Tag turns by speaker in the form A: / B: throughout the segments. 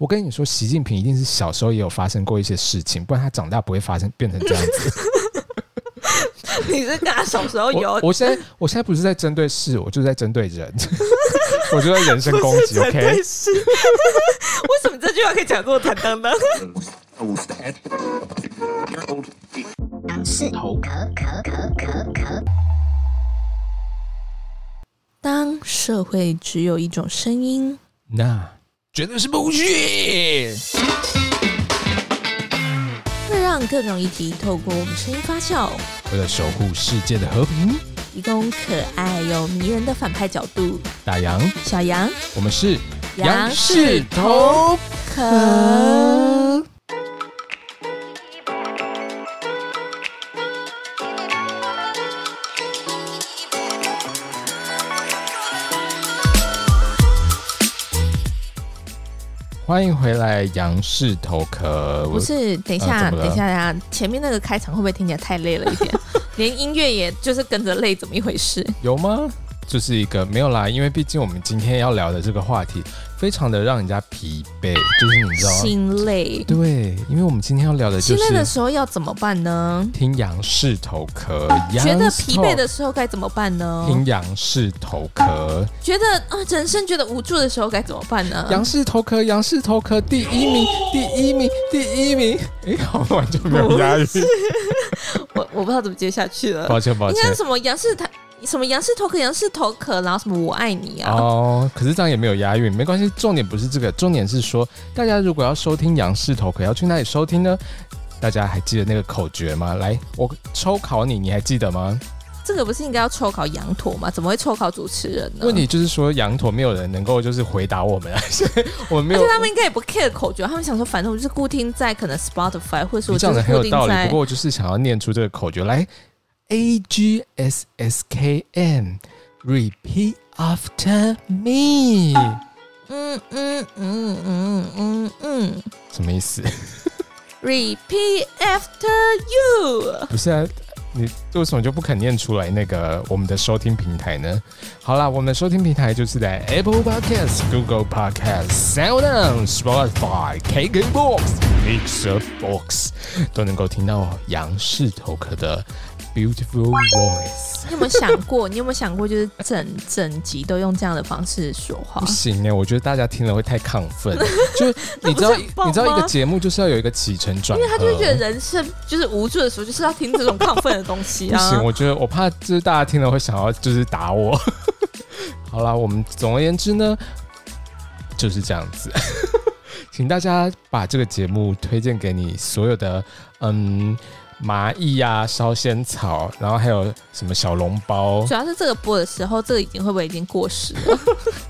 A: 我跟你说，习近平一定是小时候也有发生过一些事情，不然他长大不会发生变成这样 子。
B: 你是跟他小时候有
A: 我 我现在我现在不是在针对事，我就是在针对人，我就在人身攻击。
B: 才
A: OK，
B: 对是？ 为什么这句话可以讲这么坦荡荡？当社会只有一种声音，
A: 那绝对是不许。
B: 会让各种议题透过我们声音发酵，
A: 为了守护世界的和平，
B: 提供可爱又迷人的反派角度。
A: 大洋，
B: 小羊
A: 我们是
B: 杨氏头 可。
A: 欢迎回来，杨氏头壳。
B: 不是，等一下，
A: 呃怎么了
B: 等一下，等一下，前面那个开场会不会听起来太累了一点？连音乐也就是跟着累，怎么一回事？
A: 有吗？就是一个没有啦，因为毕竟我们今天要聊的这个话题，非常的让人家疲惫，就是你知道吗？
B: 心累，
A: 对，因为我们今天要聊的就
B: 心累的
A: 是
B: 时候要怎么办呢？
A: 听杨氏头壳，
B: 觉
A: 杨
B: 得疲惫的
A: 氏
B: 时候该怎么办呢
A: 头？听杨氏头壳，
B: 觉得啊、人生觉得无助的时候该怎么办呢？
A: 杨氏头壳，杨氏头壳第一名，第一名，第一名。哎， 好像完全没有押韵，
B: 我我不知道怎么接下去了。
A: 抱歉抱
B: 应
A: 歉
B: 该。是什么杨氏他什么杨氏头壳杨氏头壳，然后什么我爱你啊？
A: 哦，可是这样也没有押韵，没关系。重点不是这个，重点是说，大家如果要收听杨氏头，可要去哪里收听呢？大家还记得那个口诀吗？来，我抽考你，你还记得
B: 嗯
A: 吗？
B: 这个不是应该要抽考羊驼吗？怎么会抽考主持人呢？
A: 问题就是说，羊驼没有人能够就是回答我们， 而且我们没
B: 而
A: 有
B: 且。他们应该也不 care 口诀，他们想说反正我就是固定在可能 Spotify 或者是
A: 你
B: 我
A: 讲
B: 就
A: 的
B: 是
A: 很
B: 固
A: 有
B: 定
A: 道理，
B: 在
A: 不过我就是想要念出这个口诀来：A G S S K M，repeat after me，
B: 嗯嗯嗯嗯嗯嗯
A: 什么意 思？
B: ，repeat after you。
A: 不是啊，你为什么就不肯念出来那个我们的收听平台呢？好啦，我们的收听平台就是在 Apple Podcast、Google Podcast、SoundOn、Spotify、KKBox、Mixer Box 都能够听到杨氏头壳的 Beautiful Voice。
B: 你有没有想过？你有没有想过，就是整整集都用这样的方式说话
A: 不？行哎、我觉得大家听了会太亢 奋，就是你知道
B: 那不是很棒吗
A: 你知道一个节目就是要有一个起承转合，
B: 因为他就啊会觉
A: 嗯
B: 得人生就是无助的时候，就是要听这种亢奋的东西
A: 不
B: 啊。
A: 行，我觉得我怕就是大家听了会想要就是打我。 好啦，我们总而言之呢，就是这样子， 请大家把这个节目推荐给你所有的嗯麻蚁呀、烧仙草，然后还有什么小笼包
B: 主，要是这个播的时候，这个已经会不会已经过时了？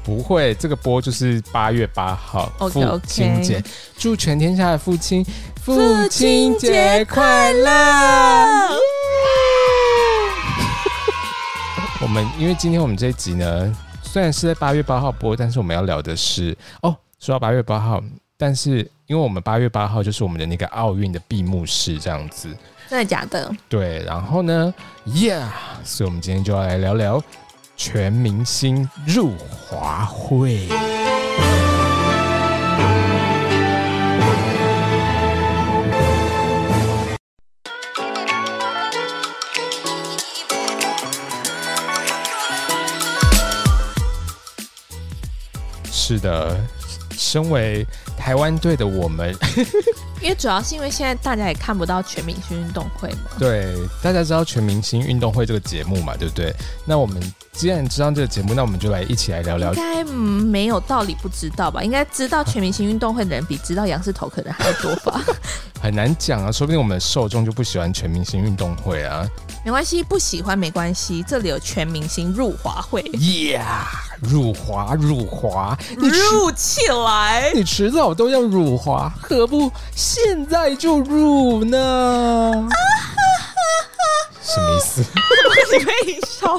A: 不会，这个播就是八月八号
B: OK，
A: 父亲节
B: OK
A: 祝全天下的父亲
B: 父亲节
A: 快乐！我们因为今天我们这一集呢，虽然是在八月八号播，但是我们要聊的是哦，说到八月八号，但是因为我们八月八号就是我们的那个奥运的闭幕式这样子，
B: 真的假的？
A: 对，然后呢，Yeah，所以我们今天就要来聊聊全明星入华会。是的，身为台湾队的我们，
B: 因为主要是因为现在大家也看不到全明星运动会嘛。
A: 对，大家知道全明星运动会这个节目嘛，对不对？那我们既然知道这个节目，那我们就来一起来聊聊
B: 应。该、嗯没有道理不知道吧？应该知道全明星运动会的人比知道杨氏头壳的人还要多 吧？
A: 很难讲啊，说不定我们的受众就不喜欢全明星运动会啊。
B: 没关系，不喜欢没关系，这里有全明星入华 会，
A: Yeah，辱华辱华，你迟
B: 入起 来。
A: 你迟早都要辱华，何不现在就辱呢？什么意思？
B: 你可以笑，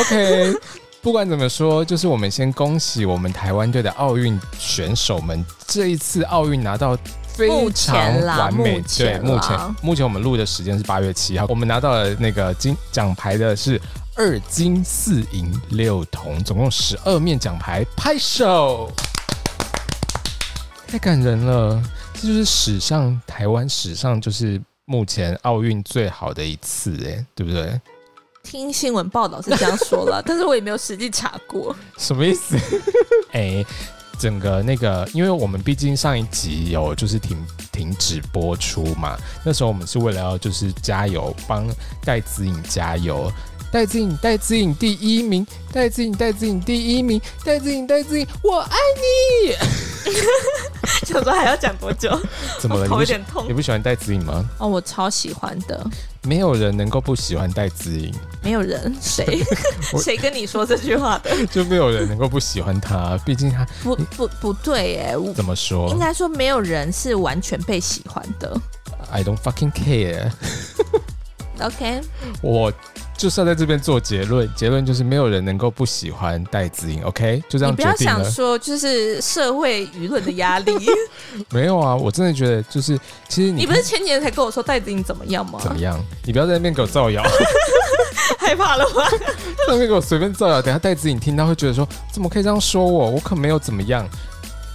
A: OK，不管怎么说，就是我们先恭喜我们台湾队的奥运选手们，这一次奥运拿到。非常完美，
B: 目
A: 对，
B: 前啦
A: 目
B: 目前
A: 前
B: 啦
A: 目前我们录的时间是八月七号，我们拿到了那个金奖牌的是二金四银六铜，总共十二面奖牌，拍手。太感人了！这就是史上台湾史上就是目前奥运最好的一次、哎，对不对？
B: 听新闻报道是这样说 了，但是我也没有实际查过。
A: 什么意思？ 哎、整个那个，因为我们毕竟上一集有就是停停止播出嘛，那时候我们是为了要就是加油，帮戴子颖加油。戴子颖，戴子颖第一名，戴子颖，戴子颖第一名，戴子颖，戴子颖，我 爱你。
B: 想说还要讲多久？
A: 怎么了？你
B: 我 头
A: 不
B: 有
A: 喜
B: 点痛
A: 你。不喜欢戴子颖吗？
B: 哦，我超喜欢的，
A: 没有人能够不喜欢戴子 颖，
B: 没 有人谁
A: 我
B: 谁跟你说这句话 的？
A: 就没有人能够不喜欢他。毕竟他
B: 不不不对耶，我
A: 怎么说
B: 应该说没有人是完全被喜欢的。
A: ？I don't fucking care。
B: OK，
A: 我就是要在这边做结论，结论就是没有人能够不喜欢戴子颖。OK，就这
B: 你
A: 样
B: 不
A: 决
B: 要
A: 定
B: 想
A: 了。
B: 说就是社会舆论的压 力。
A: 没有啊，我真的觉得就是，其实你
B: 你不是前几天才跟我说戴子颖怎么样吗？
A: 怎么样？你不要在那边给我造谣， 在
B: 害怕了吗？
A: 那边给我随便造谣。等一下戴子颖听到会觉得说，怎么可以这样说我？我可没有怎么样。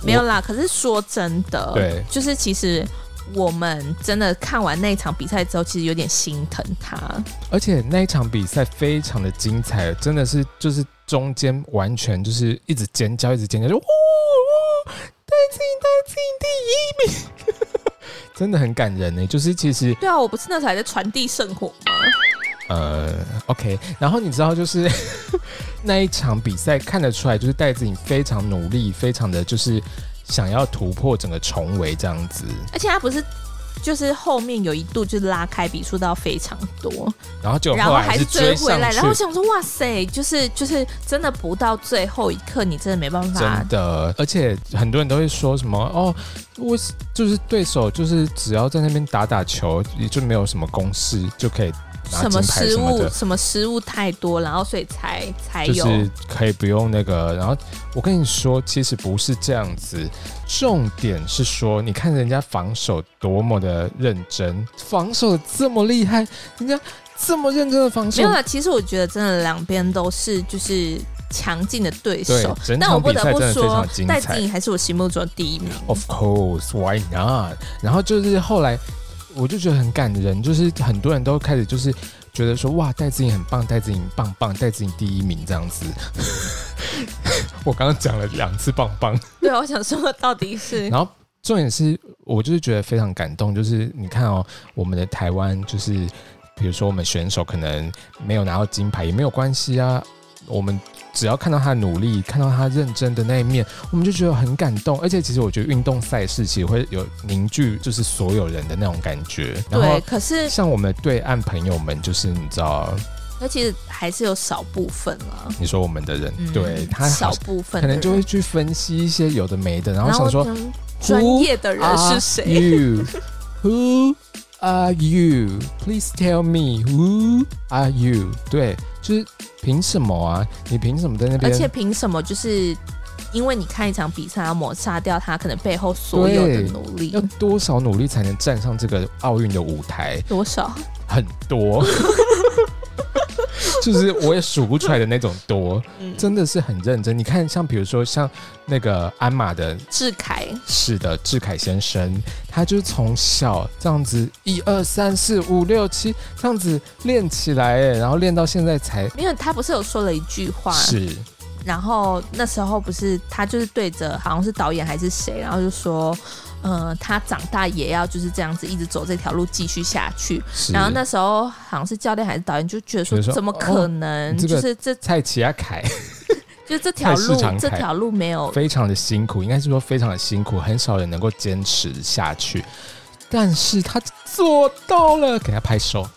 B: 没有啦，可是说真的，
A: 对
B: 就是其实我们真的看完那一场比赛之后，其实有点心疼他。
A: 而且那一场比赛非常的精彩，真的是就是中间完全就是一直尖叫，一直尖叫，就呜呜，戴资颖，戴资颖第一名， 真的很感人呢。就是其实
B: 对啊，我不是那时候还在传递圣火吗？
A: 呃，OK，然后你知道就是 那一场比赛看得出来，就是戴资颖非常努力，非常的就是想要突破整个重围这样子。
B: 而且他不是。就是后面有一度就是拉开比数到非常多，
A: 然后就
B: 然
A: 后
B: 后
A: 来还
B: 还
A: 是
B: 是
A: 追
B: 追回
A: 上
B: 来，然后我
A: 去，
B: 想说哇塞，就是就是真的不到最后一刻，你真的没办法
A: 真。的，而且很多人都会说什么哦，我是就是对手，就是只要在那边打打球，也就没有什么公式就可以拿
B: 什
A: 金
B: 么
A: 牌
B: 失
A: 什么
B: 误，
A: 的，
B: 什么失误太多，然后所以才才
A: 就
B: 有、
A: 是可以不用那个。然后我跟你说，其实不是这样子，重点是说，你看人家防守多么的认真，防守得这么厉害，人家这么认真的防守
B: 没有，啦，啊其实我觉得真的两边都是就是强劲的对
A: 对
B: 手，，
A: 整
B: 但
A: 场
B: 我不
A: 比
B: 得
A: 赛
B: 不
A: 真的非
B: 说
A: 常，精
B: 戴
A: 彩
B: 资。颖还是我心目中的第 一名。
A: Of course, why not？然后就是后来我就觉得很感人，就是很多人都开始就是觉得说哇，戴资颖很棒，戴资颖棒棒，戴资颖第一名这样子。 我刚刚讲了两次棒棒，
B: 对啊，我想说到底是
A: 然后重点是我就是觉得非常感动，就是你看哦，我们的台湾就是比如说我们选手可能没有拿到金牌也没有关系啊，我们。只要看到他的努力，看到他认真的那一面，我们就觉得很感动。而且，其实我觉得运动赛事其实会有凝聚，就是所有人的那种感觉。然
B: 对
A: 后，，
B: 可是
A: 像我们的对岸朋友们，就是你知道，
B: 那其实还是有少部分啊，
A: 你说我们的人，
B: 嗯
A: 对他
B: 少
A: 好
B: 部分
A: 可
B: 的
A: 能就
B: 人
A: 会去分析一些有的没的，然后
B: 然
A: 想
B: 后
A: 说，啊
B: 嗯专业的人啊是谁？
A: You, who are you? Please tell me who are you? 对，就是凭什么啊？你凭什么在那
B: 而
A: 边？
B: 且凭什么就是？因为你看一场比赛，要抹杀掉他可能背后所有的
A: 对
B: 努力
A: 要，多少努力才能站上这个奥运的舞台？
B: 多少？
A: 很多， 就是我也数不出来的那种多，
B: 嗯，
A: 真的是很认真。你看，像比如说像那个鞍马的
B: 志凯
A: 是的，志凯先生，他就是从小这样子，一二三四五六七这样子练起来，哎，然后练到现在才
B: 没有，他不是有说了一句话，
A: 是
B: 然后那时候不是他就是对着好像是导演还是谁，然后就说，呃，他长大也要就是这样子一直走这条路继续下去。
A: 是。
B: 然后那时候好像是教练还是导演就觉得说
A: 觉得，说
B: 怎么可能？
A: 哦这个
B: 就是这
A: 蔡奇亚凯
B: 就这
A: 菜
B: 条
A: 市
B: 路
A: 场
B: 这
A: 开
B: 条路没有
A: 非常的辛苦，应该是说非常的辛苦，很少人能够坚持下去，但是他做到了，给他拍手啊！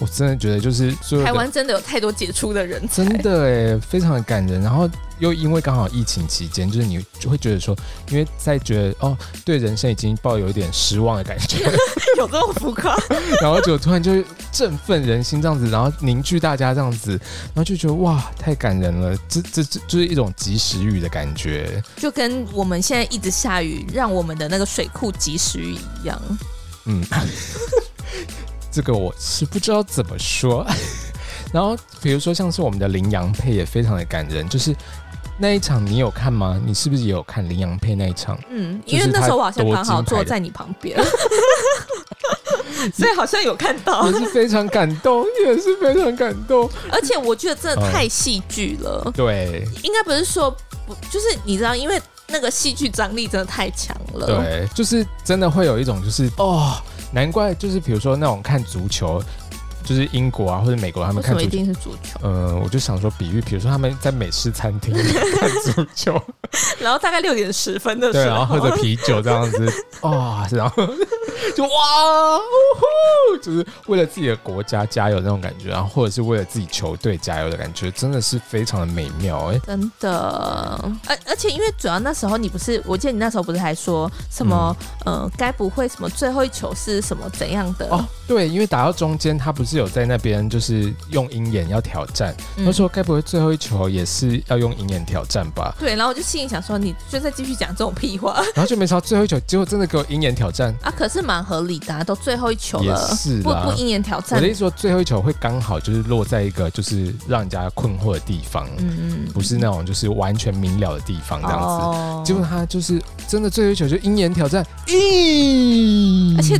A: 我真的觉得就是所有
B: 台
A: 的
B: 湾真的有太多杰出的人才
A: 真。的哎，非常的感人。然后又因为刚好疫情期间，就是你就会觉得说，因为在觉得哦，对人生已经抱有一点失望的感觉，
B: 有这种浮夸？
A: 然后就突然就振奋人心这样子，然后凝聚大家这样子，然后就觉得哇，太感人了，这这这就是一种及时雨的感觉。
B: 就跟我们现在一直下雨，让我们的那个水库及时雨一样。
A: 嗯，这个我是不知道怎么 说。然后比如说像是我们的羚羊配也非常的感人，就是那一场你有看吗？你是不是也有看林洋配那一场？
B: 嗯，
A: 就是
B: 因为那时候我好像刚好
A: 他多金牌
B: 坐
A: 的
B: 在你旁边， 所以好像有看到
A: 也。是非常感动，也是非常感动。
B: 而且我觉得真的太戏剧了，
A: 对
B: 应该不是说不，就是你知道，因为那个戏剧张力真的太强了。，
A: 对，就是真的会有一种就是哦，难怪就是比如说那种看足球，就是英国啊或者美国他们
B: 为什
A: 看
B: 么
A: 足球。
B: 一定是足球？
A: 呃，我就想说，比喻，比如说他们在美式餐厅 看足 球，
B: 然后大概六点十分的时
A: 对，
B: 候，
A: 然后喝着啤酒这样 子，哇、然后 就哇，呜呼，就是为了自己的国家加油那种感觉，然后或者是为了自己球队加油的感觉，真的是非常的美妙哎、
B: 真的，而而且因为主要那时候你不是，我记得你那时候不是还说什么、呃，该不会什么最后一球是什么怎样的？
A: 嗯哦，对，因为打到中间，他不是有在那边就是用鹰眼要挑战，
B: 嗯
A: 他说该不会最后一球也是要用鹰眼挑战吧？
B: 对，然后我就心里想说，你就再继续讲这种屁话
A: 然后就没想到最后一球，结果真的给我鹰眼挑战。
B: 啊！可是蛮合理的、啊，都最后一球了
A: 也，是
B: 不
A: 啦
B: 不一言挑
A: 我
B: 战
A: 的。意思说，最后一球会刚好就是落在一个就是让人家困惑的地方，
B: 嗯嗯，
A: 不是那种就是完全明了的地方这样子。
B: 哦
A: 结果他就是真的最后一球就鹰眼挑战，咦、
B: 而且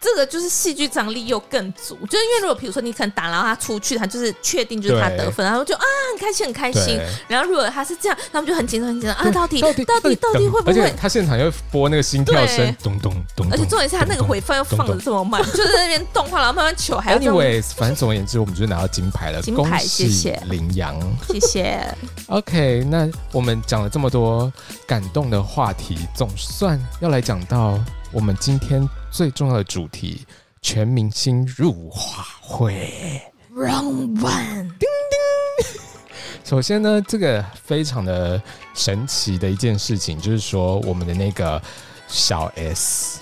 B: 这个就是戏剧张力又更足，就是因为如果比如说你可能打，然后他出去，他就是确定就是他
A: 对
B: 得分，然后就啊很开心很开心
A: 对。
B: 然后如果他是这样，他们就很紧张很紧张啊，
A: 对
B: 到底
A: 到底
B: 到底到底会不
A: 而且
B: 会？
A: 他现场又播那个心跳声
B: 对，
A: 咚咚咚咚。
B: 而且重点是他那个回放又放的这么慢，就是在那边动画，然后慢慢球还要这样。
A: Anyways，反正总而言之，我们就是拿到金牌了，
B: 金牌
A: 恭喜
B: 谢谢
A: 羚羊。
B: 谢谢。
A: OK，那我们讲了这么多感动的话题，总算要来讲到我们今天最重要的主题——全明星入华会。
B: Round one，
A: 首先呢，这个非常的神奇的一件事情，就是说我们的那个小 S。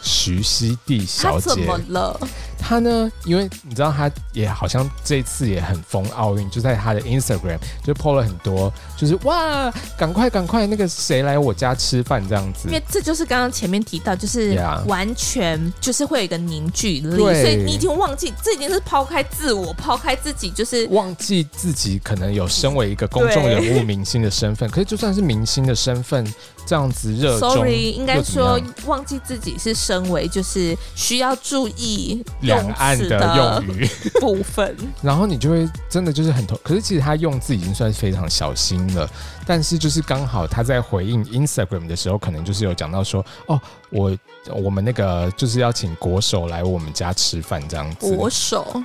A: 徐熙娣
B: 他
A: 小
B: 啊怎
A: 姐
B: 么，了？
A: 她呢，因为你知道，她也好像这次也很疯奥运，就在她的 Instagram 就 po 了很多，就是哇，赶快赶快，那个谁来我家吃饭这样子
B: 因。为这就是刚刚前面提到，就是
A: Yeah
B: 完全就是会有一个凝聚力，
A: 对
B: 所以你已经忘记，这已经是抛开自我，抛开自己，就是
A: 忘记自己可能有身为一个公众人物、明星的身份，可是就算是明星的身份，这样子热衷
B: sorry，应该
A: 又怎么
B: 说
A: 样
B: 忘记自己是身为就是需要注意用
A: 两岸
B: 词
A: 的用语，
B: 部分，
A: 然后你就会真的就是很头，可是其实他用字已经算是非常小心了，但是就是刚好他在回应 Instagram 的时候，可能就是有讲到说，哦，我我们那个就是要请国手来我们家吃饭这样子
B: 国手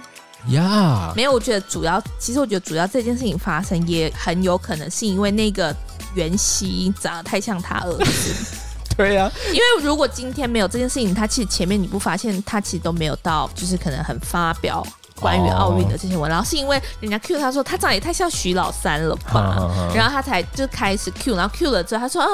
A: 呀，
B: 没有，我觉得主要，其实我觉得主要这件事情发生也很有可能是因为那个袁熙长得太像他儿子，
A: 对啊呀、
B: 因为如果今天没有这件事情，他其实前面你不发现他其实都没有到，就是可能很发表。关于奥运的这些
A: 哦
B: 文，然后是因为人家 Q 他说他长得也太像徐老三了吧，
A: 哈哈哈
B: 然后他才就开始 Q，然后 Q 了之后他说哦、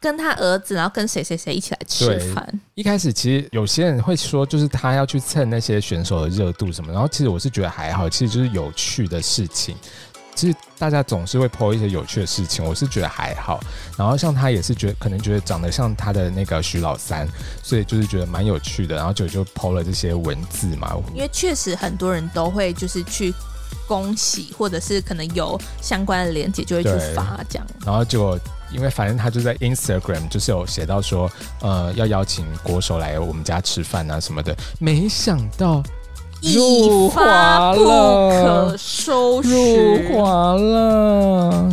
B: 跟他儿子，然后跟谁谁谁一起来吃
A: 对
B: 饭，
A: 一开始其实有些人会说，就是他要去蹭那些选手的热度什么，然后其实我是觉得还好，其实就是有趣的事情。其实大家总是会 po 一些有趣的事情，我是觉得还好。然后像他也是觉得可能觉得长得像他的那个徐老三，所以就是觉得蛮有趣的，然后就就 po 了这些文字嘛。
B: 因为确实很多人都会就是去恭喜，或者是可能有相关的连接就会去
A: 对
B: 发这样。
A: 然后结果因为反正他就在 Instagram 就是有写到说，呃，要邀请国手来我们家吃饭啊什么的。没想到入
B: 一发
A: 华
B: 不
A: 了
B: 可收拾，
A: 入华了，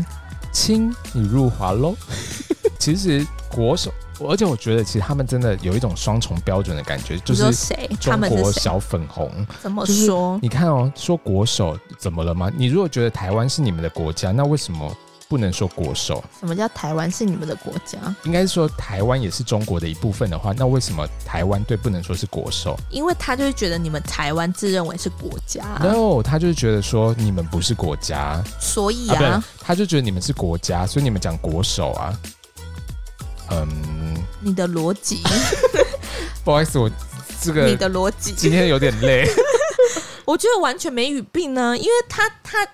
A: 亲，你入华喽。 其实国手，而且我觉得其实他们真的有一种双重标准的感觉，就
B: 你说
A: 是
B: 谁？他
A: 中
B: 们
A: 国
B: 是谁？
A: 小粉红。
B: 怎么
A: 就是
B: 说？
A: 你看哦，说国手怎么了吗？你如果觉得台湾是你们的国家，那为什么不能说国手？
B: 什么叫台湾是你们的国家？
A: 应该是说台湾也是中国的一部分的话，那为什么台湾队不能说是国手、
B: 因为他就会觉得你们台湾自认为是国家，
A: n o 他就是觉得说你们不是国家，
B: 所以
A: 啊，不
B: 啊
A: 然，他就觉得你们是国家，所以你们讲国手啊。嗯，
B: 你的逻辑，
A: 不好意思，我这
B: 你
A: 个
B: 的逻
A: 今
B: 辑，
A: 天有点累。
B: 我觉得完全没语病呢，因为他他。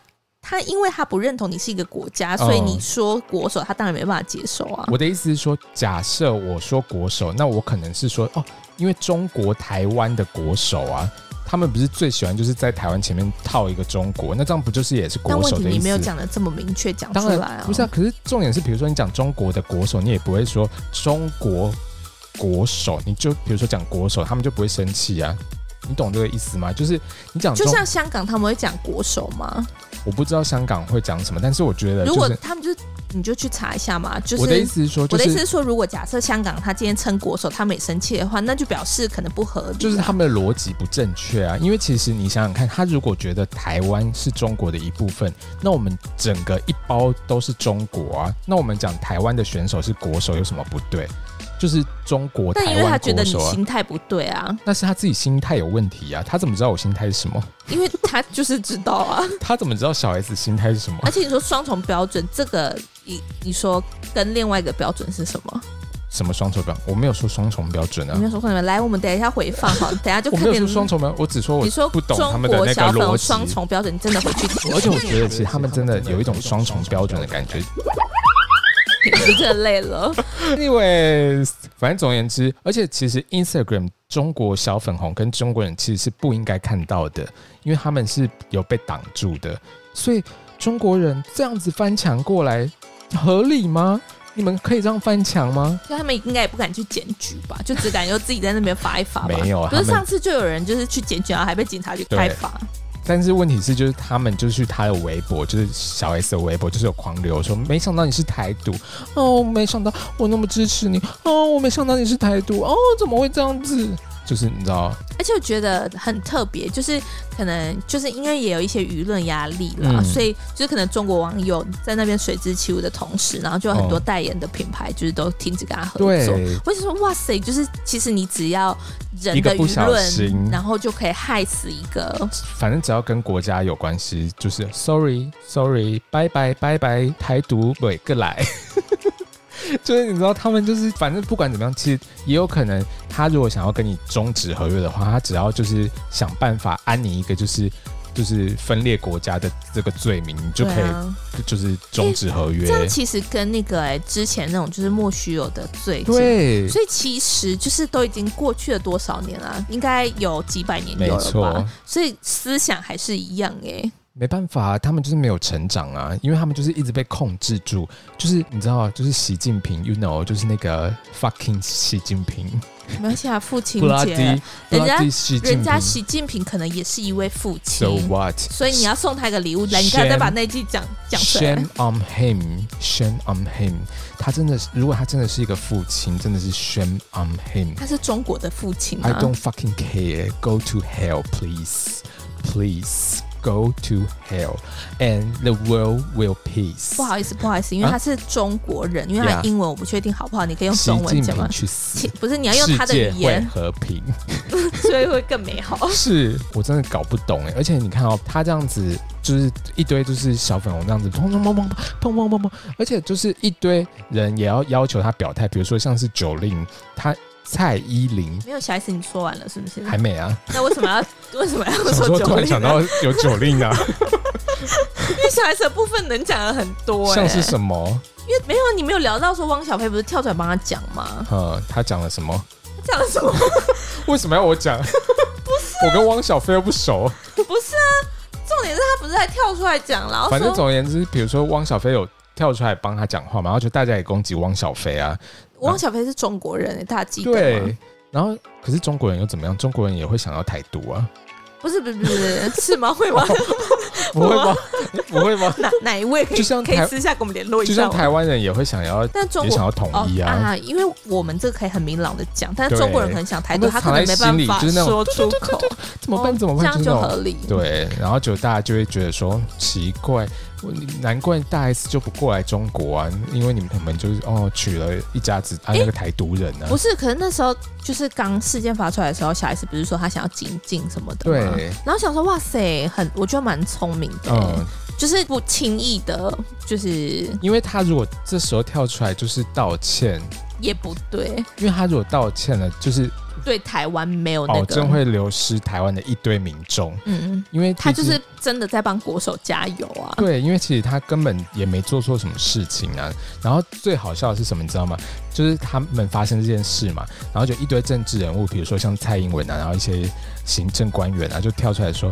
B: 他因为他不认同你是一个国家，所以
A: 嗯
B: 你说国手，他当然没办法接受啊。
A: 我的意思是说，假设我说国手，那我可能是说哦，因为中国台湾的国手啊，他们不是最喜欢就是在台湾前面套一个中国，那这样不就是也是
B: 但
A: 国
B: 问
A: 手
B: 题
A: 的意
B: 你
A: 思？
B: 没有讲的这么明确讲出
A: 当然
B: 来啊，
A: 不是啊，可是重点是，比如说你讲中国的国手，你也不会说中国国手，你就比如说讲国手，他们就不会生气啊。你懂这个意思吗？就是你讲
B: 就
A: 中，
B: 像香港他们会讲国手吗？
A: 我不知道香港会讲什么，但是我觉得
B: 如
A: 就
B: 果
A: 是
B: 他们就你就去查一下嘛，就是
A: 我的意思是说，
B: 我
A: 就
B: 的意思
A: 是
B: 是说，如果假设香港他今天称国手，他们也生气的话，那就表示可能不合理啊。
A: 就是他们的逻辑不正确啊。因为其实你想想看，他如果觉得台湾是中国的一部分，那我们整个一包都是中国啊。那我们讲台湾的选手是国手有什么不对？就是中国
B: 但
A: 台
B: 因为他
A: 湾
B: 觉得
A: 国
B: 你
A: 手啊。
B: 心态不对啊，
A: 那是他自己心态有问题啊！他怎么知道我心态是什么？
B: 因为他就是知道啊。
A: 他怎么知道小 S 心态是什么
B: 而？且你说双重标准，这个你你说跟另外一个标准是什么？
A: 什么双重标？我没有说双重标准啊
B: 你，们说什么？来，我们等一下回放好，等一嗯下就
A: 我
B: 看
A: 没有
B: 点
A: 说。双重标，我只说我
B: 你说
A: 不懂他
B: 中
A: 们的
B: 国
A: 那个
B: 小粉
A: 逻
B: 红双
A: 辑。
B: 重标准，你真的回去听。
A: 而且我觉得其实他们真的有一种双重标准的感觉。
B: 你 真的累了。
A: Anyways，反正总而言之，而且其实 Instagram 中国小粉红跟中国人其实是不应该看到的，因为他们是有被挡住的，所以中国人这样子翻墙过来合理吗？你们可以这样翻墙吗？
B: 就他们应该也不敢去检举吧，就只敢就自己在那边罚一罚吧。
A: 没有啊
B: 不是
A: 他们
B: 上次就有人就是去检举，然后还被警察去开罚。
A: 但是问题是，就是他们就是去他的微博，就是小 S 的微博，就是有狂流说，没想到你是台独哦，没想到我那么支持你哦，我没想到你是台独哦，怎么会这样子？就是你知道，
B: 而且我觉得很特别，就是可能就是因为也有一些舆论压力啦，
A: 嗯
B: 所以就是可能中国网友在那边水之起舞的同时，然后就有很多
A: 哦
B: 代言的品牌就是都停止跟他合作。
A: 对，
B: 我就说哇塞，就是其实你只要人
A: 一个
B: 的
A: 不
B: 舆
A: 小心
B: 论，然后就可以害死一个。
A: 反正只要跟国家有关系，就是 sorry sorry，拜拜拜拜，台独每个来。 就是你知道，他们就是反正不管怎么样，其实也有可能，他如果想要跟你终止合约的话，他只要就是想办法安你一个就是就是分裂国家的这个罪名，你就可
B: 对啊
A: 以就是终止合约
B: 这。样其实跟那个、欸、之前那种就是莫须有的罪，
A: 对，
B: 所以其实就是都已经过去了多少年了，应该有几百年有
A: 没
B: 了
A: 错
B: 吧。，所以思想还是一样哎、
A: 没办法，他们就是没有成长啊，因为他们就是一直被控制住，就是你知道，就是习近平，you know，就是那个 fucking 习近平。
B: 没关系啊，父亲
A: 布拉
B: 节
A: 迪，，
B: 人家
A: 布拉迪习近
B: 人
A: 平
B: 家习近平可能也是一位父亲
A: So，what？
B: 所以你要送他一个礼物，来，你刚才再
A: Shame
B: 把那句讲讲出来
A: Shame。on him, shame on him。他真的是，如果他真的是一个父亲，真的是 shame on him。
B: 他是中国的父亲
A: I
B: 啊，
A: don't fucking care. Go to hell, please, please. Go to hell, and the world will peace。
B: 不好意思，不好意思，因为
A: 啊
B: 他是中国人，因为他
A: Yeah
B: 英文我不确定好 不好，你可以用
A: 习
B: 中文
A: 近
B: 讲吗
A: 平？去死
B: 请，不是，你要用他的
A: 世界
B: 语
A: 会
B: 言，
A: 和平。
B: 所以会更美好。
A: 是我真的搞不懂哎，而且你看哦，他这样子就是一堆就是小粉红这样子，砰砰砰砰砰砰砰砰，而且就是一堆人也要要求他表态，比如说像是九令，他蔡依林
B: 没有小 S，你说完了是不是？
A: 还没啊，
B: 那为什么要为什么 要
A: 想
B: 嗯说
A: 说
B: 九啊
A: 突然
B: 零
A: 想？到有九令 啊，
B: 因为小 S 的部分能讲的很多、欸，
A: 像是什么？
B: 因为没有你没有聊到说汪小菲不是跳出来帮他讲吗？
A: 呃，他讲了什么？
B: 他讲了什么？
A: 为什么要我讲？我跟汪小菲又不熟，
B: 不啊是啊，重点是他不是还跳出来讲，然后
A: 反正
B: 说
A: 总而啊言之，比如说汪小菲有跳出来帮他讲话嘛，然后就大家也攻击汪小菲啊，
B: 汪小菲是中国人、欸，大家记得吗？
A: 对，然后可是中国人又怎么样？中国人也会想要台独 啊？
B: 不是不是不是是吗？会 吗？
A: 不会吗？不会吗？
B: 哪哪一位可以
A: 就像
B: 可以
A: 台
B: 私下跟我们联络一
A: 就
B: 下
A: 像
B: 吗？
A: 台湾人也会想要，也
B: 但中
A: 想
B: 国
A: 要统一啊。
B: 啊，因为我们这个可以很明朗的讲，但是
A: 对
B: 中国人很想台独，
A: 我们
B: 他可能没
A: 藏在心
B: 办
A: 里
B: 法
A: 就是那种
B: 说出口，
A: 怎么办？
B: 哦
A: 怎么
B: 这
A: 办？
B: 样
A: 是
B: 就
A: 那种
B: 合理。
A: 对，然后就大家就会觉得说奇怪，我难怪大 S 就不过来中国啊，因为你们你们就是哦娶了一家子啊那个台独人啊
B: 不。是，可是那时候就是刚事件发出来的时候，小 S 不是说她想要精进什么的吗？
A: 对。
B: 然后想说，哇塞，很，我觉得蛮聪明的、
A: 嗯，
B: 就是不轻易的，就是
A: 因为他如果这时候跳出来就是道歉，
B: 也不对，
A: 因为他如果道歉了，就是
B: 对台湾没有那
A: 哦，
B: 个，
A: 真会流失台湾的一堆民众，
B: 嗯，
A: 因为
B: 他
A: 其
B: 就
A: 实
B: 是真的在帮国手加油啊。
A: 对，因为其实他根本也没做错什么事情啊。然后最好笑的是什么，你知道吗？就是他们发生这件事嘛，然后就一堆政治人物，比如说像蔡英文啊，然后一些行政官员啊，就跳出来说，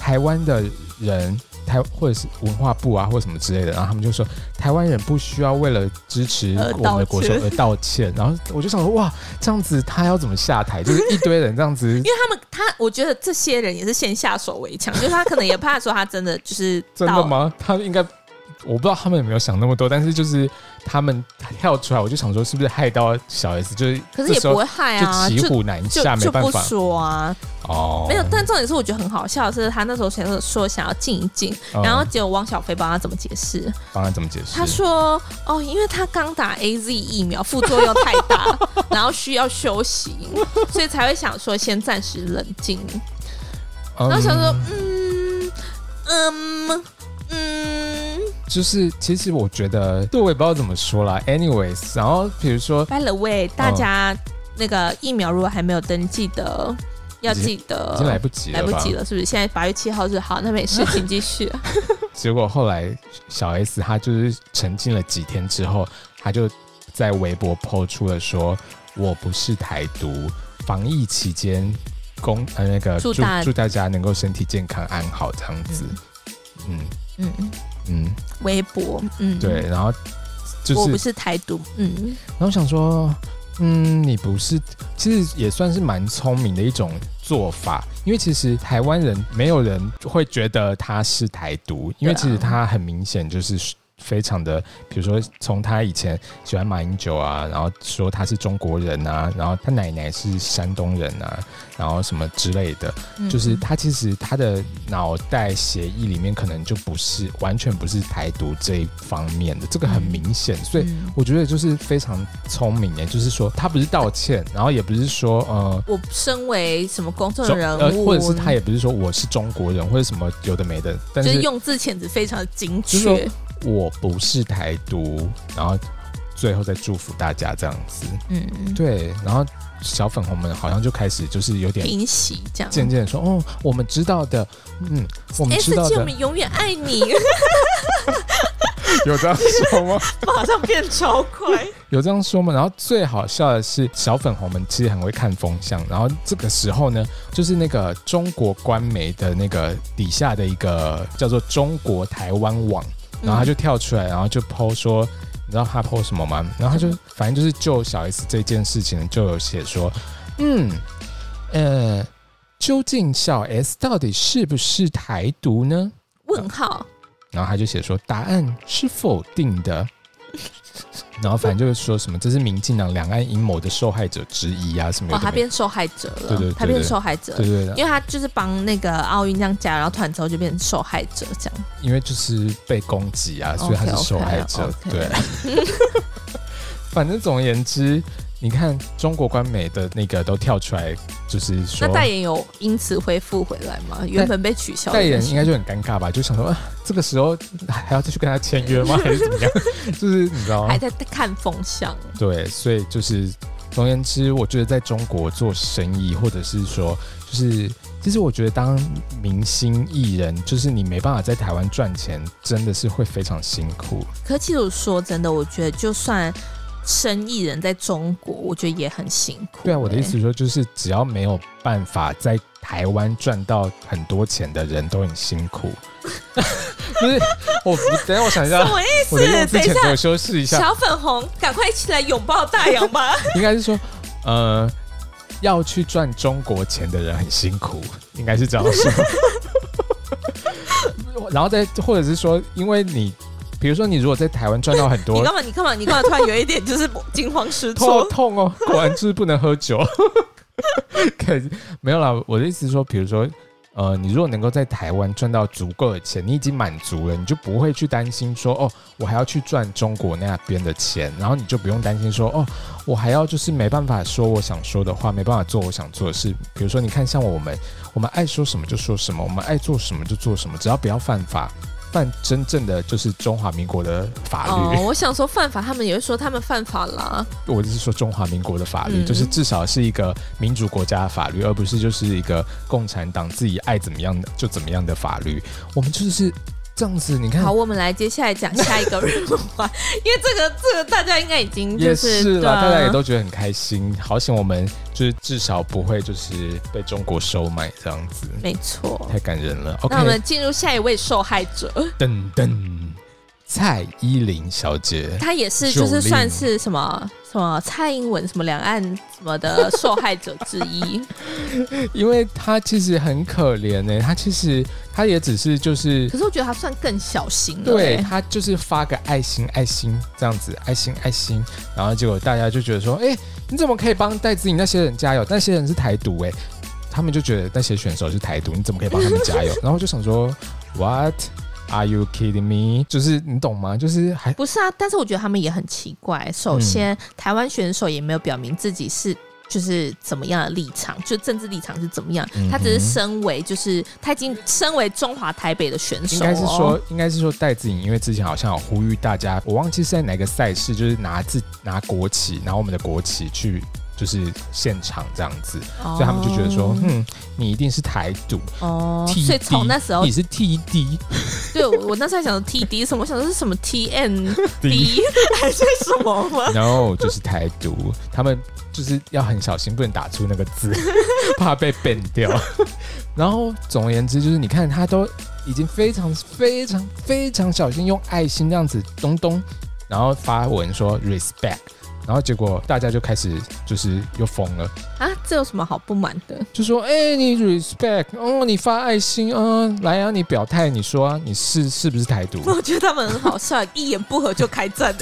A: 台湾的人，台或者是文化部啊，或什么之类的，然后他们就说，台湾人不需要为了支持
B: 而
A: 我们的国手
B: 道歉
A: 而道歉。然后我就想说，哇，这样子他要怎么下台？就是一堆人这样子
B: 因为他们，他我觉得这些人也是先下手为强，就是他可能也怕说他真的就是
A: 真
B: 到
A: 的吗？他应该我不知道他们有没有想那么多，但是就是他们跳出来，我就想说是不是害到小 S，就是
B: 可是也
A: 这时
B: 不
A: 候
B: 会害啊，
A: 就
B: 就
A: 骑虎难
B: 就
A: 下，没
B: 就
A: 办
B: 不
A: 法
B: 说啊，
A: 哦，
B: 没有。但重点是，我觉得很好笑的是，他那时候想说说想要静一静，
A: 嗯
B: 然后结果汪小菲帮他怎么解释？
A: 帮他怎么解释？
B: 他说：“哦，因为他刚打 A Z 疫苗，副作用太 大，然后需要休息，所以才会想说先暂时冷静。
A: 嗯，
B: 然后想说，嗯嗯嗯
A: 就是其实我觉得，对我也不知道怎么说啦。Anyways，然后比如说
B: ，By the way，大
A: 嗯
B: 家那个疫苗如果还没有登记的，要记
A: 已经来
B: 得。”
A: 不及
B: 来
A: 了
B: 不
A: 吧？
B: 及了，是不是？现在八月七号是好，那没事，请继续。
A: 结果后来小 S 她就是沉浸了几天之后，她就在微博抛出了说：“我不是台独，防疫期间公呃那个
B: 祝大
A: 祝大家能够身体健康安好这样子。”嗯
B: 嗯，
A: 嗯
B: 微博，嗯，
A: 对，，然后就
B: 我
A: 是
B: 不是台独，嗯，
A: 然后想说，嗯，你不是，其实也算是蛮聪明的一种做法，因为其实台湾人没有人会觉得他是台独，因为
B: 对啊
A: 其实他很明显就是。非常的，比如说从他以前喜欢马英九啊，然后说他是中国人啊，然后他奶奶是山东人啊，然后什么之类的，
B: 嗯
A: 就是他其实他的脑袋协议里面可能就不是完全不是台独这一方面的，这个很明显，所以
B: 嗯
A: 我觉得就是非常聪明诶，就是说他不是道歉，然后也不是说呃。
B: 我身为什么公众
A: 中
B: 人
A: 呃，
B: 物，
A: 或者是他也不是说我是中国人或者什么有的没的，但
B: 就是
A: 是
B: 用字遣词非常的精
A: 就是说
B: 确。
A: 我不是台独，然后最后再祝福大家这样子。
B: 嗯，
A: 对，然后小粉红们好像就开始就是有点
B: 平息这样。
A: 渐渐地说，哦，我们知道的，嗯，我们
B: 哎，
A: 知
B: 森
A: 道
B: 姐，我
A: 的，
B: 们永远爱 你。
A: 有这样说吗？
B: 马上变超快。
A: 有这样说吗？然后最好笑的是，小粉红们其实很会看风向。然后这个时候呢，就是那个中国官媒的那个底下的一个叫做“中国台湾网”，然后他就跳出来，然后就抛说，你知道他抛什么吗？然后他就反正就是就小 S 这件事情就有写说，嗯，呃，究竟小 S 到底是不是台独呢？
B: 问号，
A: 然后他就写说答案是否定的， 然后反正就是说什么这是民进党两岸阴谋的受害者之一啊什么有
B: 哦，
A: 的
B: 他
A: 没的，
B: 变受害者了。
A: 对对对
B: 他变受害者了
A: 对对
B: 因
A: 对，
B: 为他就是帮那个奥运这样加，然后团之后就变成受害者这样。
A: 因为就是被攻击啊，所以
B: 哦
A: 他是受害者，
B: OK，OK，OK
A: 对。 反正总而言之，你看中国官媒的那个都跳出来，就是说
B: 那代言有因此恢复回来吗？原本被取消的
A: 代言
B: 东西
A: 应该就很尴尬吧，就想说啊，这个时候还要再去跟他签约 吗？还是怎么样？就是你知道吗
B: 还？在看风向。
A: 对，所以就是总而言之，我觉得在中国做生意，或者是说，就是其实我觉得当明星艺人，就是你没办法在台湾赚钱，真的是会非常辛苦。
B: 可其实我说真的，我觉得就算生意人在中国，我觉得也很辛苦、
A: 对啊，我的意思
B: 欸
A: 是说，就是只要没有办法在台湾赚到很多钱的人都很辛 苦。不是，我等一下我想一
B: 什
A: 下，
B: 么意
A: 我的用
B: 思？
A: 之
B: 等一
A: 前
B: 下，
A: 给我修饰啊一下。
B: 小粉红，赶快起来拥抱大洋 吧！
A: 应该是说，呃，要去赚中国钱的人很辛苦，应该是这样说。然后再或者是说，因为你，比如说你如果在台湾赚到很
B: 你
A: 多，
B: 干嘛？你干嘛？你干嘛？突然有一点就是惊慌失
A: 头
B: 措。
A: 痛哦，果然就是不能喝酒。 可没有啦，我的意思是说，比如说。呃，你如果能够在台湾赚到足够的钱，你已经满足了，你就不会去担心说，哦，我还要去赚中国那边的钱，然后你就不用担心说，哦，我还要就是没办法说我想说的话，没办法做我想做的事。比如说，你看像我们，我们爱说什么就说什么，我们爱做什么就做什么，只要不要犯法，犯真正的就是中华民国的法律。
B: 哦，我想说犯法，他们也会说他们犯法啦。
A: 我只是说中华民国的法律，
B: 嗯
A: 就是至少是一个民主国家的法律，而不是就是一个共产党自己爱怎么样的就怎么样的法律。我们就是这样子，你看
B: 好，。我们来接下来讲下一个人物吧， 因为这个这个大家应该已经就
A: 也
B: 是
A: 是
B: 对
A: 啦，
B: 啊
A: 大家也都觉得很开心，好险我们就是至少不会就是被中国收买这样子，
B: 没错。
A: 太感人了。
B: 那我
A: OK，
B: 们进入下一位受害者，
A: 噔噔，蔡依林小姐，
B: 她也是
A: 九
B: 就
A: 零
B: 是算是什么什么蔡英文什么两岸什么的受害者之一。
A: 因为她其实很可怜呢、她其实她也只是就是
B: 可是我觉得她算更小心了、
A: 对
B: 欸
A: 他就是发个爱心爱心这样子，爱心爱心，然后结果大家就觉得说，哎、你怎么可以帮戴资颖那些人加油？那些人是台独哎、他们就觉得那些选手是台独，你怎么可以帮他们加 油？然后我就想说，What are you kidding me？就是你懂吗？就是还
B: 不是啊，但是我觉得他们也很奇怪。
A: 嗯
B: 首先，台湾选手也没有表明自己是就是怎么样的立场，就政治立场是怎么样。
A: 嗯哼
B: 他只是身为就是他已经身为中华台北的选手、哦，
A: 应该是说，应该是说戴志颖，因为之前好像有呼吁大家，我忘记是在哪个赛事，就是拿自拿国旗，拿我们的国旗去。就是现场这样子，
B: 哦，
A: 所以他们就觉得说，嗯，你一定是台独，
B: 哦，
A: TD
B: 所以从那时候
A: 你，是 TD
B: 对我我那时候还想 T D 什么，我想说是什么 T N D 还是什么吗？
A: no 就是台独，他们就是要很小心，不能打出那个字，怕被 ban 掉。然后总而言之，就是你看他都已经非常非常非常小心，用爱心这样子咚咚，然后发文说 respect，然后结果大家就开始就是又疯了。
B: 啊，这有什么好不满的？
A: 就说：“哎、你 respect 哦，你发爱心啊、来啊，你表态，你说啊，你是是不是台独？
B: 我觉得他们很好笑，一言不合就开战。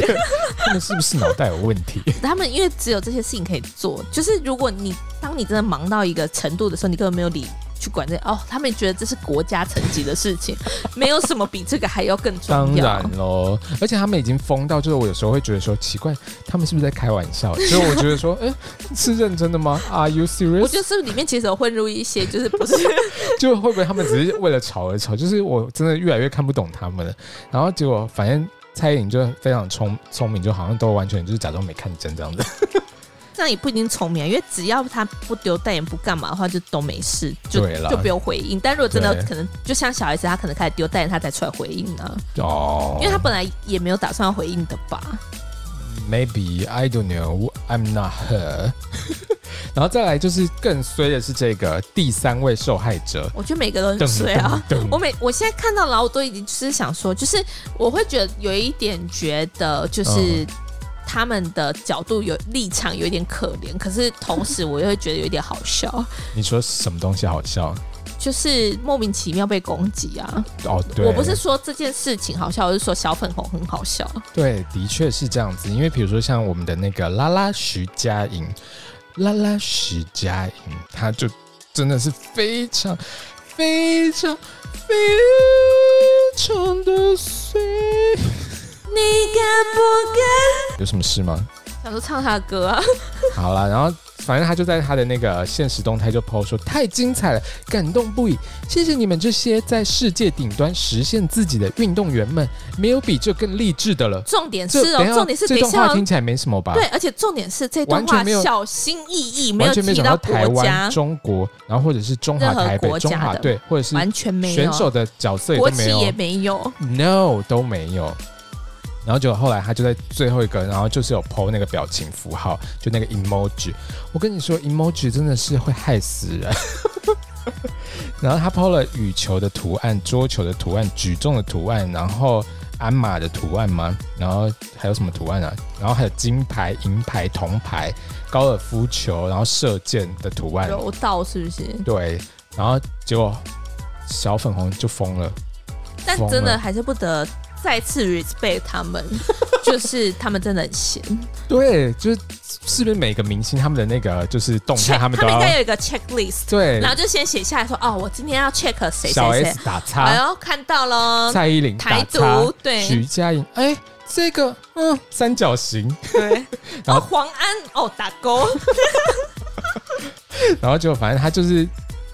A: 他们是不是脑袋有问题？”
B: 他们因为只有这些事情可以做，就是如果你当你真的忙到一个程度的时候，你根本没有理去管这哦。他们觉得这是国家层级的事情，没有什么比这个还要更
A: 当
B: 重要。
A: 然喽，而且他们已经疯到，就是我有时候会觉得说奇怪，他们是不是在开玩笑？所以我觉得说，哎、是认真的吗？Are you
B: 我
A: serious？
B: 就是里面其实有混入一些，就是不是
A: 就会不会他们只是为了吵而吵？就是我真的越来越看不懂他们了。然后结果反正蔡依林就非常聪聪明，就好像都完全就是假装没看见这样子。
B: 这样也不一定聪明啊，因为只要他不丢蛋也不干嘛的话，就都没事，就
A: 对啦
B: 就不用回应。但如果真的
A: 对
B: 可能，就像小孩子，他可能开始丢蛋，他才出来回应啊，
A: 哦，
B: 因为他本来也没有打算要回应的吧。
A: Maybe I don't know. I'm not her 。 然后再来就是更衰的是这个第三位受害者，
B: 我觉得每个人水啊
A: 噔噔噔，
B: 我每我现在看到，然后我都已经就是想说，就是我会觉得有一点觉得
A: 嗯
B: 就是。他们的角度有立场有一点可怜，可是同时我又会觉得有一点好笑，
A: 你说什么东西好笑？
B: 就是莫名其妙被攻击啊！
A: 哦，对，
B: 我不是说这件事情好笑，我是说小粉红很好笑。
A: 对，的确是这样子。因为比如说像我们的那个拉拉徐佳莹，拉拉徐佳莹，她就真的是非常、非常、非常的衰。
B: 你敢不
A: 有什么事吗？
B: 敢？想说唱他的歌啊，
A: 好啦，然后反正他就在他的那个现实动态就 PO 说太精彩了，感动不已，谢谢你们这些在世界顶端实现自己的运动员们，没有比这更励志的了。
B: 重点是
A: 这
B: 哦
A: 等一，下
B: 重点是等
A: 这
B: 一
A: 段
B: 下
A: 话
B: 哦
A: 听起来没什么吧？
B: 对，而且重点是这段
A: 完
B: 话
A: 全没有
B: 小心翼翼，没
A: 完
B: 有
A: 全没
B: 提
A: 讲到
B: 到
A: 台
B: 国家
A: 湾、，中国，然后或者是中华
B: 任何
A: 台北、
B: 国家
A: 中
B: 的
A: 华队，或者是
B: 完全没有
A: 选手的角色也
B: 国
A: 都
B: 旗
A: 没
B: 也
A: 有
B: 没有，
A: ，no 都没有。然后就后来他就在最后一个，然后就是有 PO 那个表情符号，就那个 emoji。我跟你说，emoji 真的是会害死人。 然后他 PO 了羽球的图案、桌球的图案、举重的图案，然后鞍马的图案吗？然后还有什么图案啊？然后还有金牌、银牌、铜牌、高尔夫球，然后射箭的图案。
B: 柔道是不是？
A: 对，然后结果小粉红就疯了。
B: 但
A: 疯
B: 真的
A: 了
B: 还是不得再次 respect 他们，就是他们真的很闲。
A: 对，就是是不是每个明星他们的那个就是动态，
B: check-
A: 他们都
B: 应
A: 要
B: 该有一个 checklist，
A: 对
B: 然后就先写下来说，哦，我今天要 check 谁
A: 小
B: 谁
A: S
B: 谁，
A: 打
B: 哎
A: 叉，
B: 呦，看到了，
A: 蔡依林打
B: 台
A: 叉
B: 独，对
A: 徐佳莹，哎，这个嗯三角形，
B: 对，
A: 然
B: 哦，
A: 后
B: 黄安，哦，打勾，
A: 然后就反正他就是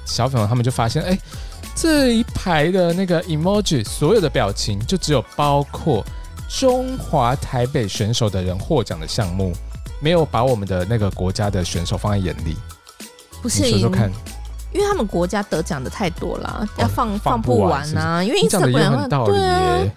A: 小粉红，他们就发现哎。这一排的那个 emoji 所有的表情，就只有包括中华台北选手的人获奖的项目，没有把我们的那个国家的选手放在眼里。
B: 不是
A: 你说说看，嗯
B: 因为他们国家得奖的太多了，啊要放
A: 放不
B: 不
A: 完
B: 完啊。因为
A: 你讲的
B: Instagram
A: 也很道理
B: 对啊，
A: 耶。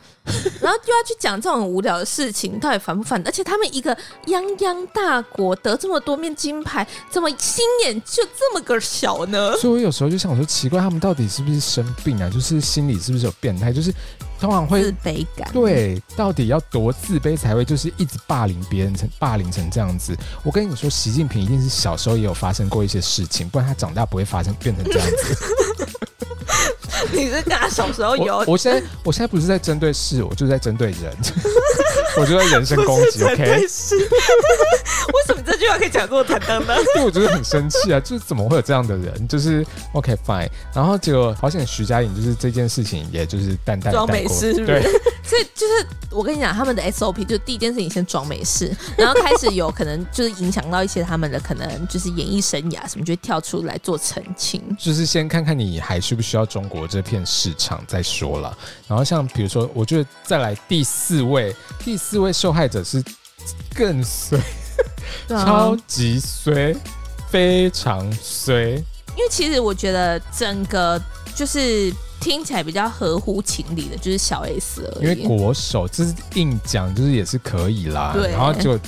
B: 然后又要去讲这种无聊的事情，到底烦不烦？而且他们一个泱泱大国得这么多面金牌，怎么心眼就这么个小呢？
A: 所以我有时候就想说，奇怪，他们到底是不是生病啊？就是心里是不是有变态？就是通常会
B: 自卑感，，
A: 对，到底要多自卑才会就是一直霸凌别人成霸凌成这样子？我跟你说，习近平一定是小时候也有发生过一些事情，不然他长大不会发生变成这样子。
B: 你是跟他小时候哦有
A: 我我现在我现在不是在针对事，我就是在针对 人，我就在人身攻击。
B: 绝
A: OK，
B: 对是。 为什么这句话可以讲这么坦荡荡？
A: 因为我觉得很生气啊，就是怎么会有这样的人？就是 OK fine，然后结果好险徐佳莹就是这件事情，也就是淡淡地
B: 装
A: 带
B: 没
A: 过
B: 事是不
A: 对
B: 是，所以就是我跟你讲，他们的 SOP 就第一件事情先装没事，然后开始有可能就是影响到一些他们的可能就是演艺生涯什么，就会跳出来做澄清。
A: 就是先看看你还需不需要中国这片市场再说了。然后像比如说，我觉得再来第四位，第四位受害者是更衰，
B: 对啊
A: 超级衰，非常衰。
B: 因为其实我觉得整个就是听起来比较合乎情理的，就是小 S 而
A: 因
B: 已。
A: 为国手这是硬讲，就是也是可以啦。
B: 对
A: 然后就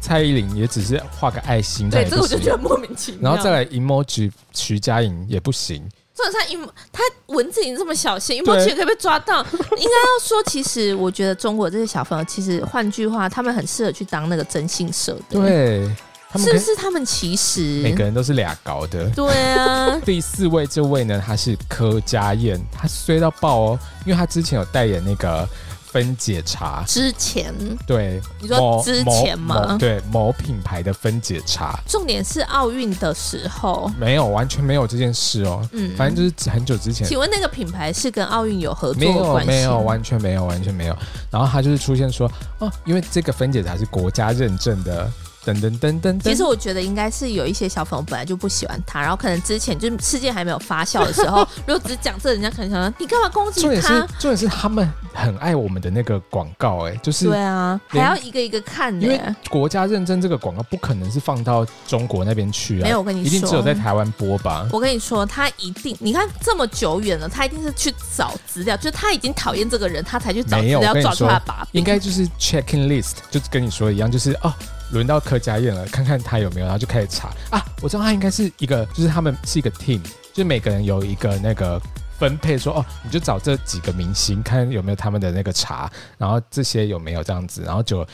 A: 蔡依林也只是画个爱心，
B: 对
A: 但也
B: 这
A: 不
B: 个我就
A: 行
B: 觉得莫名其妙。
A: 然后再，来 emoji 徐佳莹也不行，
B: 重点是他一他文字已经这么小心，一
A: 对
B: 摸也可以被抓到。应该要说，其实我觉得中国这些小朋友，其实换句话，他们很适合去当那个征信社的。，
A: 对他们
B: 是
A: 可
B: 不
A: 以
B: 是他们其实
A: 每个人都是俩高的。？
B: 对啊
A: 第四位这位呢，他是柯佳燕，他衰到爆哦，因为他之前有代言那个分解茶，
B: 之前
A: 对，
B: 你说
A: 某
B: 之前
A: 某
B: 吗
A: 某对，某品牌的分解茶，
B: 重点是奥运的时候，
A: 没有，完全没有这件事哦，
B: 嗯，
A: 反正就是很久之前。
B: 请问那个品牌是跟奥运有合作
A: 没
B: 的
A: 有
B: 关系？
A: 没有，完全没有，完全没有。然后他就是出现说，哦，因为这个分解茶是国家认证的，等等等等等。
B: 其实我觉得应该是有一些小朋友本来就不喜欢他，然后可能之前就是事件还没有发酵的 时候，如果只讲这，人家可能想说你干嘛攻击
A: 重点是
B: 他？
A: 重点是他们很爱我们的那个广告、哎，就是
B: 对啊，还
A: 连
B: 要一个一个看呢、
A: 因为国家认证这个广告不可能是放到中国那边去啊，
B: 没有，我跟你
A: 一定只有
B: 说
A: 在。台湾播吧？
B: 我跟你说，他一定，你看这么久远了，他一定是去找资料，就是他已经讨厌这个人，他才去找资
A: 没有我
B: 料
A: 跟你
B: 抓住
A: 说
B: 他的把柄。
A: 应该就是 checking list，就是跟你说的一样，就是哦，轮到柯佳燕了，看看他有没有，然后就开始查啊。我知道他应该是一个，就是他们是一个 team，就是每个人有一个那个分配说，哦，你就找这几个明星，看有没有他们的那个茶，然后这些有没有这样子，然后就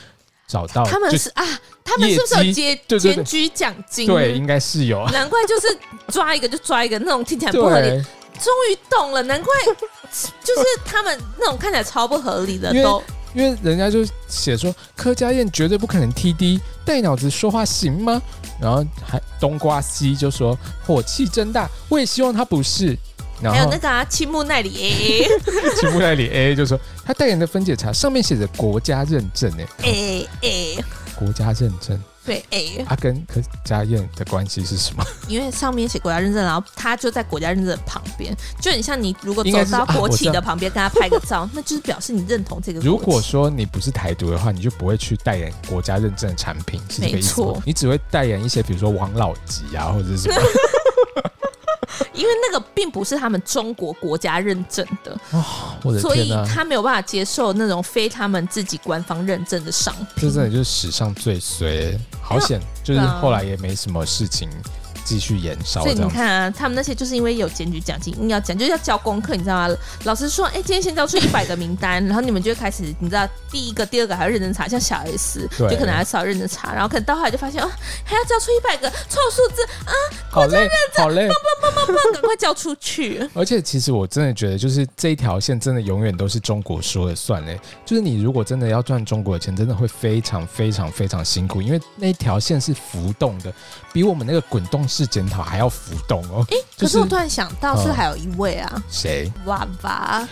A: 找到
B: 他们
A: 就是
B: 啊，他们是不是
A: 业绩
B: 有接
A: 对对对
B: 检举奖金？
A: 对，应该是有。
B: 难怪就是抓一个就抓一个，那种听起来 不合理
A: 对，
B: 终于懂了，难怪就是他们那种看起来超不合理的
A: 因为
B: 都
A: 因为人家就写说柯佳燕绝对不可能 TD，带脑子说话行吗？然后还冬瓜西就说火气真大，我也希望他不是。然
B: 还有
A: 后
B: 那个啊，青木奈里，
A: 题目那里 A 就说他代言的分解茶上面写着国家认证诶、
B: 哎哎哎，
A: 国家认证，
B: 对哎，
A: 他、跟柯佳燕的关系是什 么？
B: 因为上面写国家认证，然后他就在国家认证的旁边，就很像你如果
A: 应该
B: 走
A: 是
B: 到
A: 啊
B: 国
A: 我知
B: 旗
A: 道
B: 的旁边跟他拍个照，那就是表示你认同这个国旗。
A: 如果说你不是台独的话，你就不会去代言国家认证的产品，是这个意思
B: 没
A: 吗
B: 错？
A: 你只会代言一些比如说王老吉啊，或者是什么。
B: 因为那个并不是他们中国国家认证的，
A: 我的
B: 所
A: 天啊
B: 以
A: 哪、
B: 他没有办法接受那种非他们自己官方认证的商
A: 这
B: 品。
A: 真的就是史上最衰，好 险，就是后来也没什么事情继续延烧
B: 啊所以
A: 这
B: 你
A: 样子。
B: 看啊，他们那些就是因为有检举奖金，硬要讲，就是要交功课，你知道吗？老师说，哎、今天先交出一百个名单，然后你们就会开始，你知道，第一个、第二个还要认真查，像小 S
A: 对
B: 就可能还是要认真查，然后可能到后来就发现，哦，还要交出一百个错数字，
A: 好累，好累。
B: 那赶快交出去。
A: 而且其实我真的觉得，就是这一条线真的永远都是中国说了算嘞。就是你如果真的要赚中国的钱，真的会非常非常非常辛苦，因为那条线是浮动的，比我们那个滚动式检讨还要浮动哦。哎、
B: 可是我突然想到，
A: 嗯
B: 是不是还有一位啊，
A: 谁？
B: 娃娃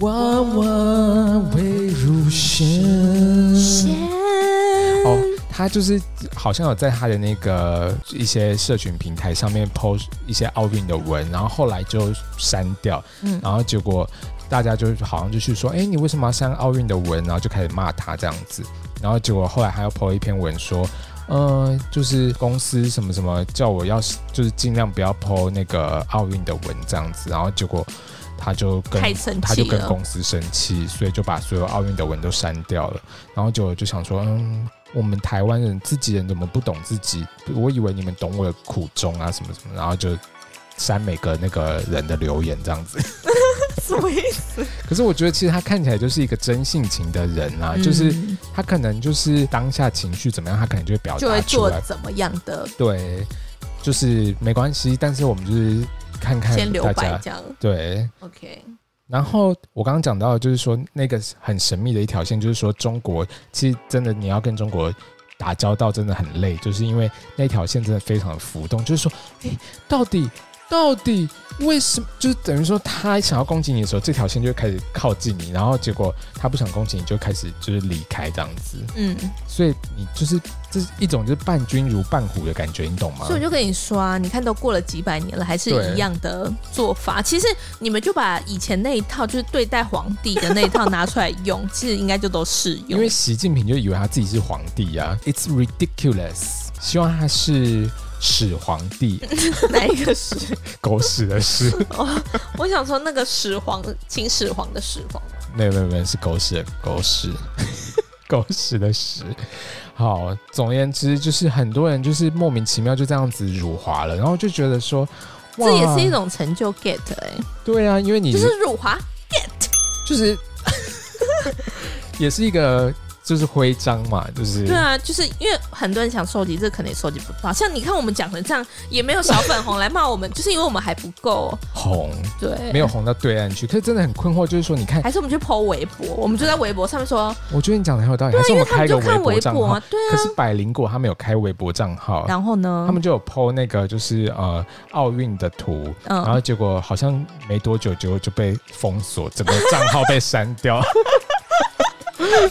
A: 弯弯未如弦。
B: 先
A: 哦，他就是好像有在他的那个一些社群平台上面 post 一些奥运的文，然后后来就删掉，
B: 嗯，
A: 然后结果大家就好像就去说，哎、你为什么要删奥运的文？然后就开始骂他这样子，然后结果后来还要 po 一篇文说，呃，就是公司什么什么叫我要就是尽量不要 po 那个奥运的文这样子，然后结果他就跟
B: 太生
A: 他就
B: 气
A: 跟
B: 了。
A: 公司生气，所以就把所有奥运的文都删掉了。然后就就想说，嗯，我们台湾人自己人怎么不懂自己？我以为你们懂我的苦衷啊，什么什么，然后就删每个那个人的留言这样子。
B: 什么意思？
A: 可是我觉得，其实他看起来就是一个真性情的人啊，就是
B: 嗯
A: 他可能就是当下情绪怎么样，他可能就会表
B: 就会
A: 达出
B: 做
A: 来。
B: 怎么样的
A: 对，就是没关系，但是我们就是看看
B: 先留
A: 大
B: 白
A: 家。
B: 这样。
A: 对，
B: OK，
A: 然后我刚刚讲到，就是说那个很神秘的一条线，就是说中国其实真的你要跟中国打交道真的很累，就是因为那条线真的非常的浮动，就是说，哎，到底到底为什么？就是等于说他想要攻击你的时候，这条线就会开始靠近你，然后结果他不想攻击你，就开始就是离开这样子，
B: 嗯，
A: 所以你就是这是一种就是半君如半虎的感觉，你懂吗
B: 所以？我就跟你说啊，你看都过了几百年了，还是
A: 对
B: 一样的做法。其实你们就把以前那一套，就是对待皇帝的那一套拿出来 用，其实应该就都适
A: 因
B: 用。
A: 为习近平就以为他自己是皇帝啊，It's ridiculous。希望他是始皇帝，
B: 哪一个始？
A: 狗屎的屎，
B: 我想说那个始皇，秦始皇的始皇。
A: 没有没有没有，是狗屎的狗屎， 狗屎的屎。好，总而言之，就是很多人就是莫名其妙就这样子辱华了，然后就觉得说，哇
B: 这也是一种成就 get 哎、
A: 对啊，因为你
B: 就是辱华，
A: 就是 也是一个就是徽章嘛，就是
B: 对啊，就是因为很多人想收集，这可能也收集不到。像你看我们讲成这样，也没有小粉红来骂 我们，就是因为我们还不够，
A: 红，
B: 对，
A: 没有，红到对岸去。可是真的很困惑，就是说，你看，
B: 还是我们去 PO 微博，我们就在微博上面说，
A: 我觉得你讲的很有道理，还是
B: 啊因
A: 我
B: 为
A: 们
B: 他
A: 开
B: 们
A: 一个
B: 就看
A: 博
B: 微
A: 账
B: 博
A: 号
B: 啊。，对
A: 可
B: 啊，
A: 是百灵果他们有开微博账号，
B: 然后呢，
A: 他们就有 PO 那个就是呃奥运的图，然后
B: 嗯，
A: 结果好像没多久，结果就被封锁，整个账号被删掉。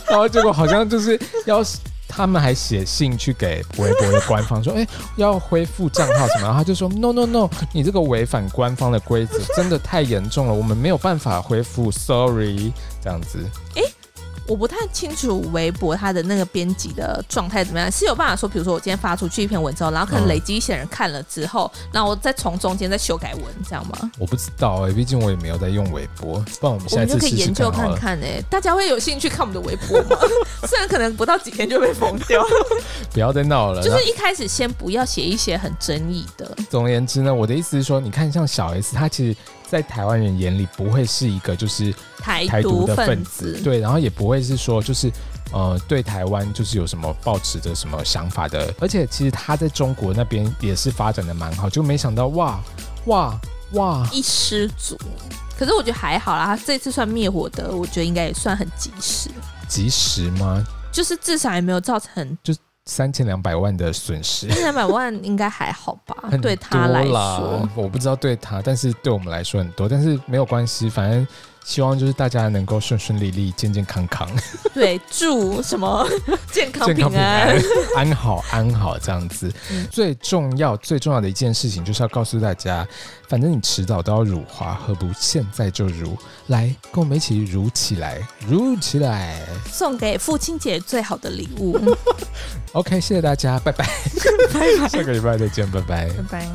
A: 然后结果好像就是要他们还写信去给微博的官方说，哎、要恢复账号什么，然后他就说 no no no，你这个违反官方的规则，真的太严重了，我们没有办法恢复，sorry，这样子。
B: 我不太清楚微博它的那个编辑的状态怎么样，是有办法说，比如说我今天发出去一篇文之后，然后可
A: 嗯
B: 能累积一些人看了之后，然后我再从中间再修改文，这样吗？
A: 我不知道哎、毕竟我也没有在用微博，不然我们
B: 我
A: 下
B: 们
A: 一
B: 就
A: 次
B: 可以
A: 试试
B: 研
A: 好
B: 究看
A: 了。
B: 看哎、大家会有兴趣看我们的微博 吗？虽然可能不到几天就被封掉，
A: 不要再闹了。
B: 就
A: 然后
B: 是一开始先不要写一些很争议的，
A: 总而言之呢，我的意思是说，你看像小 S，她其实，在台湾人眼里不会是一个就是
B: 台
A: 台独
B: 独
A: 的分
B: 哎分
A: 子
B: 子，，
A: 对，然后也不会是说就是呃对台湾就是有什么抱持着什么想法的，而且其实她在中国那边也是发展的蛮好，就没想到哇哇哇，
B: 一失足。可是我觉得还好啦，他这次算灭火的，我觉得应该也算很及时，
A: 及时吗？
B: 就是至少也没有造成
A: 三千两百万的损失。
B: 一两百万，应该还好吧
A: 很？
B: 对他来
A: 多啦
B: 说，，
A: 我不知道对他，但是对我们来说很多，但是没有关系，反正希望就是大家能够顺顺利利、健健康康、
B: 对祝什么健康
A: 健
B: 平
A: 康平安
B: 安。、
A: 安好、安好这样子。
B: 嗯
A: 最重要、最重要的一件事情就是要告诉大家，反正你迟早都要辱华，何不现在就辱？来，跟我们一起辱起来，辱起来
B: 送给父亲节最好的礼物，
A: ！OK，谢谢大家，拜拜，
B: 拜拜
A: 下个礼拜再见，拜拜。
B: 拜。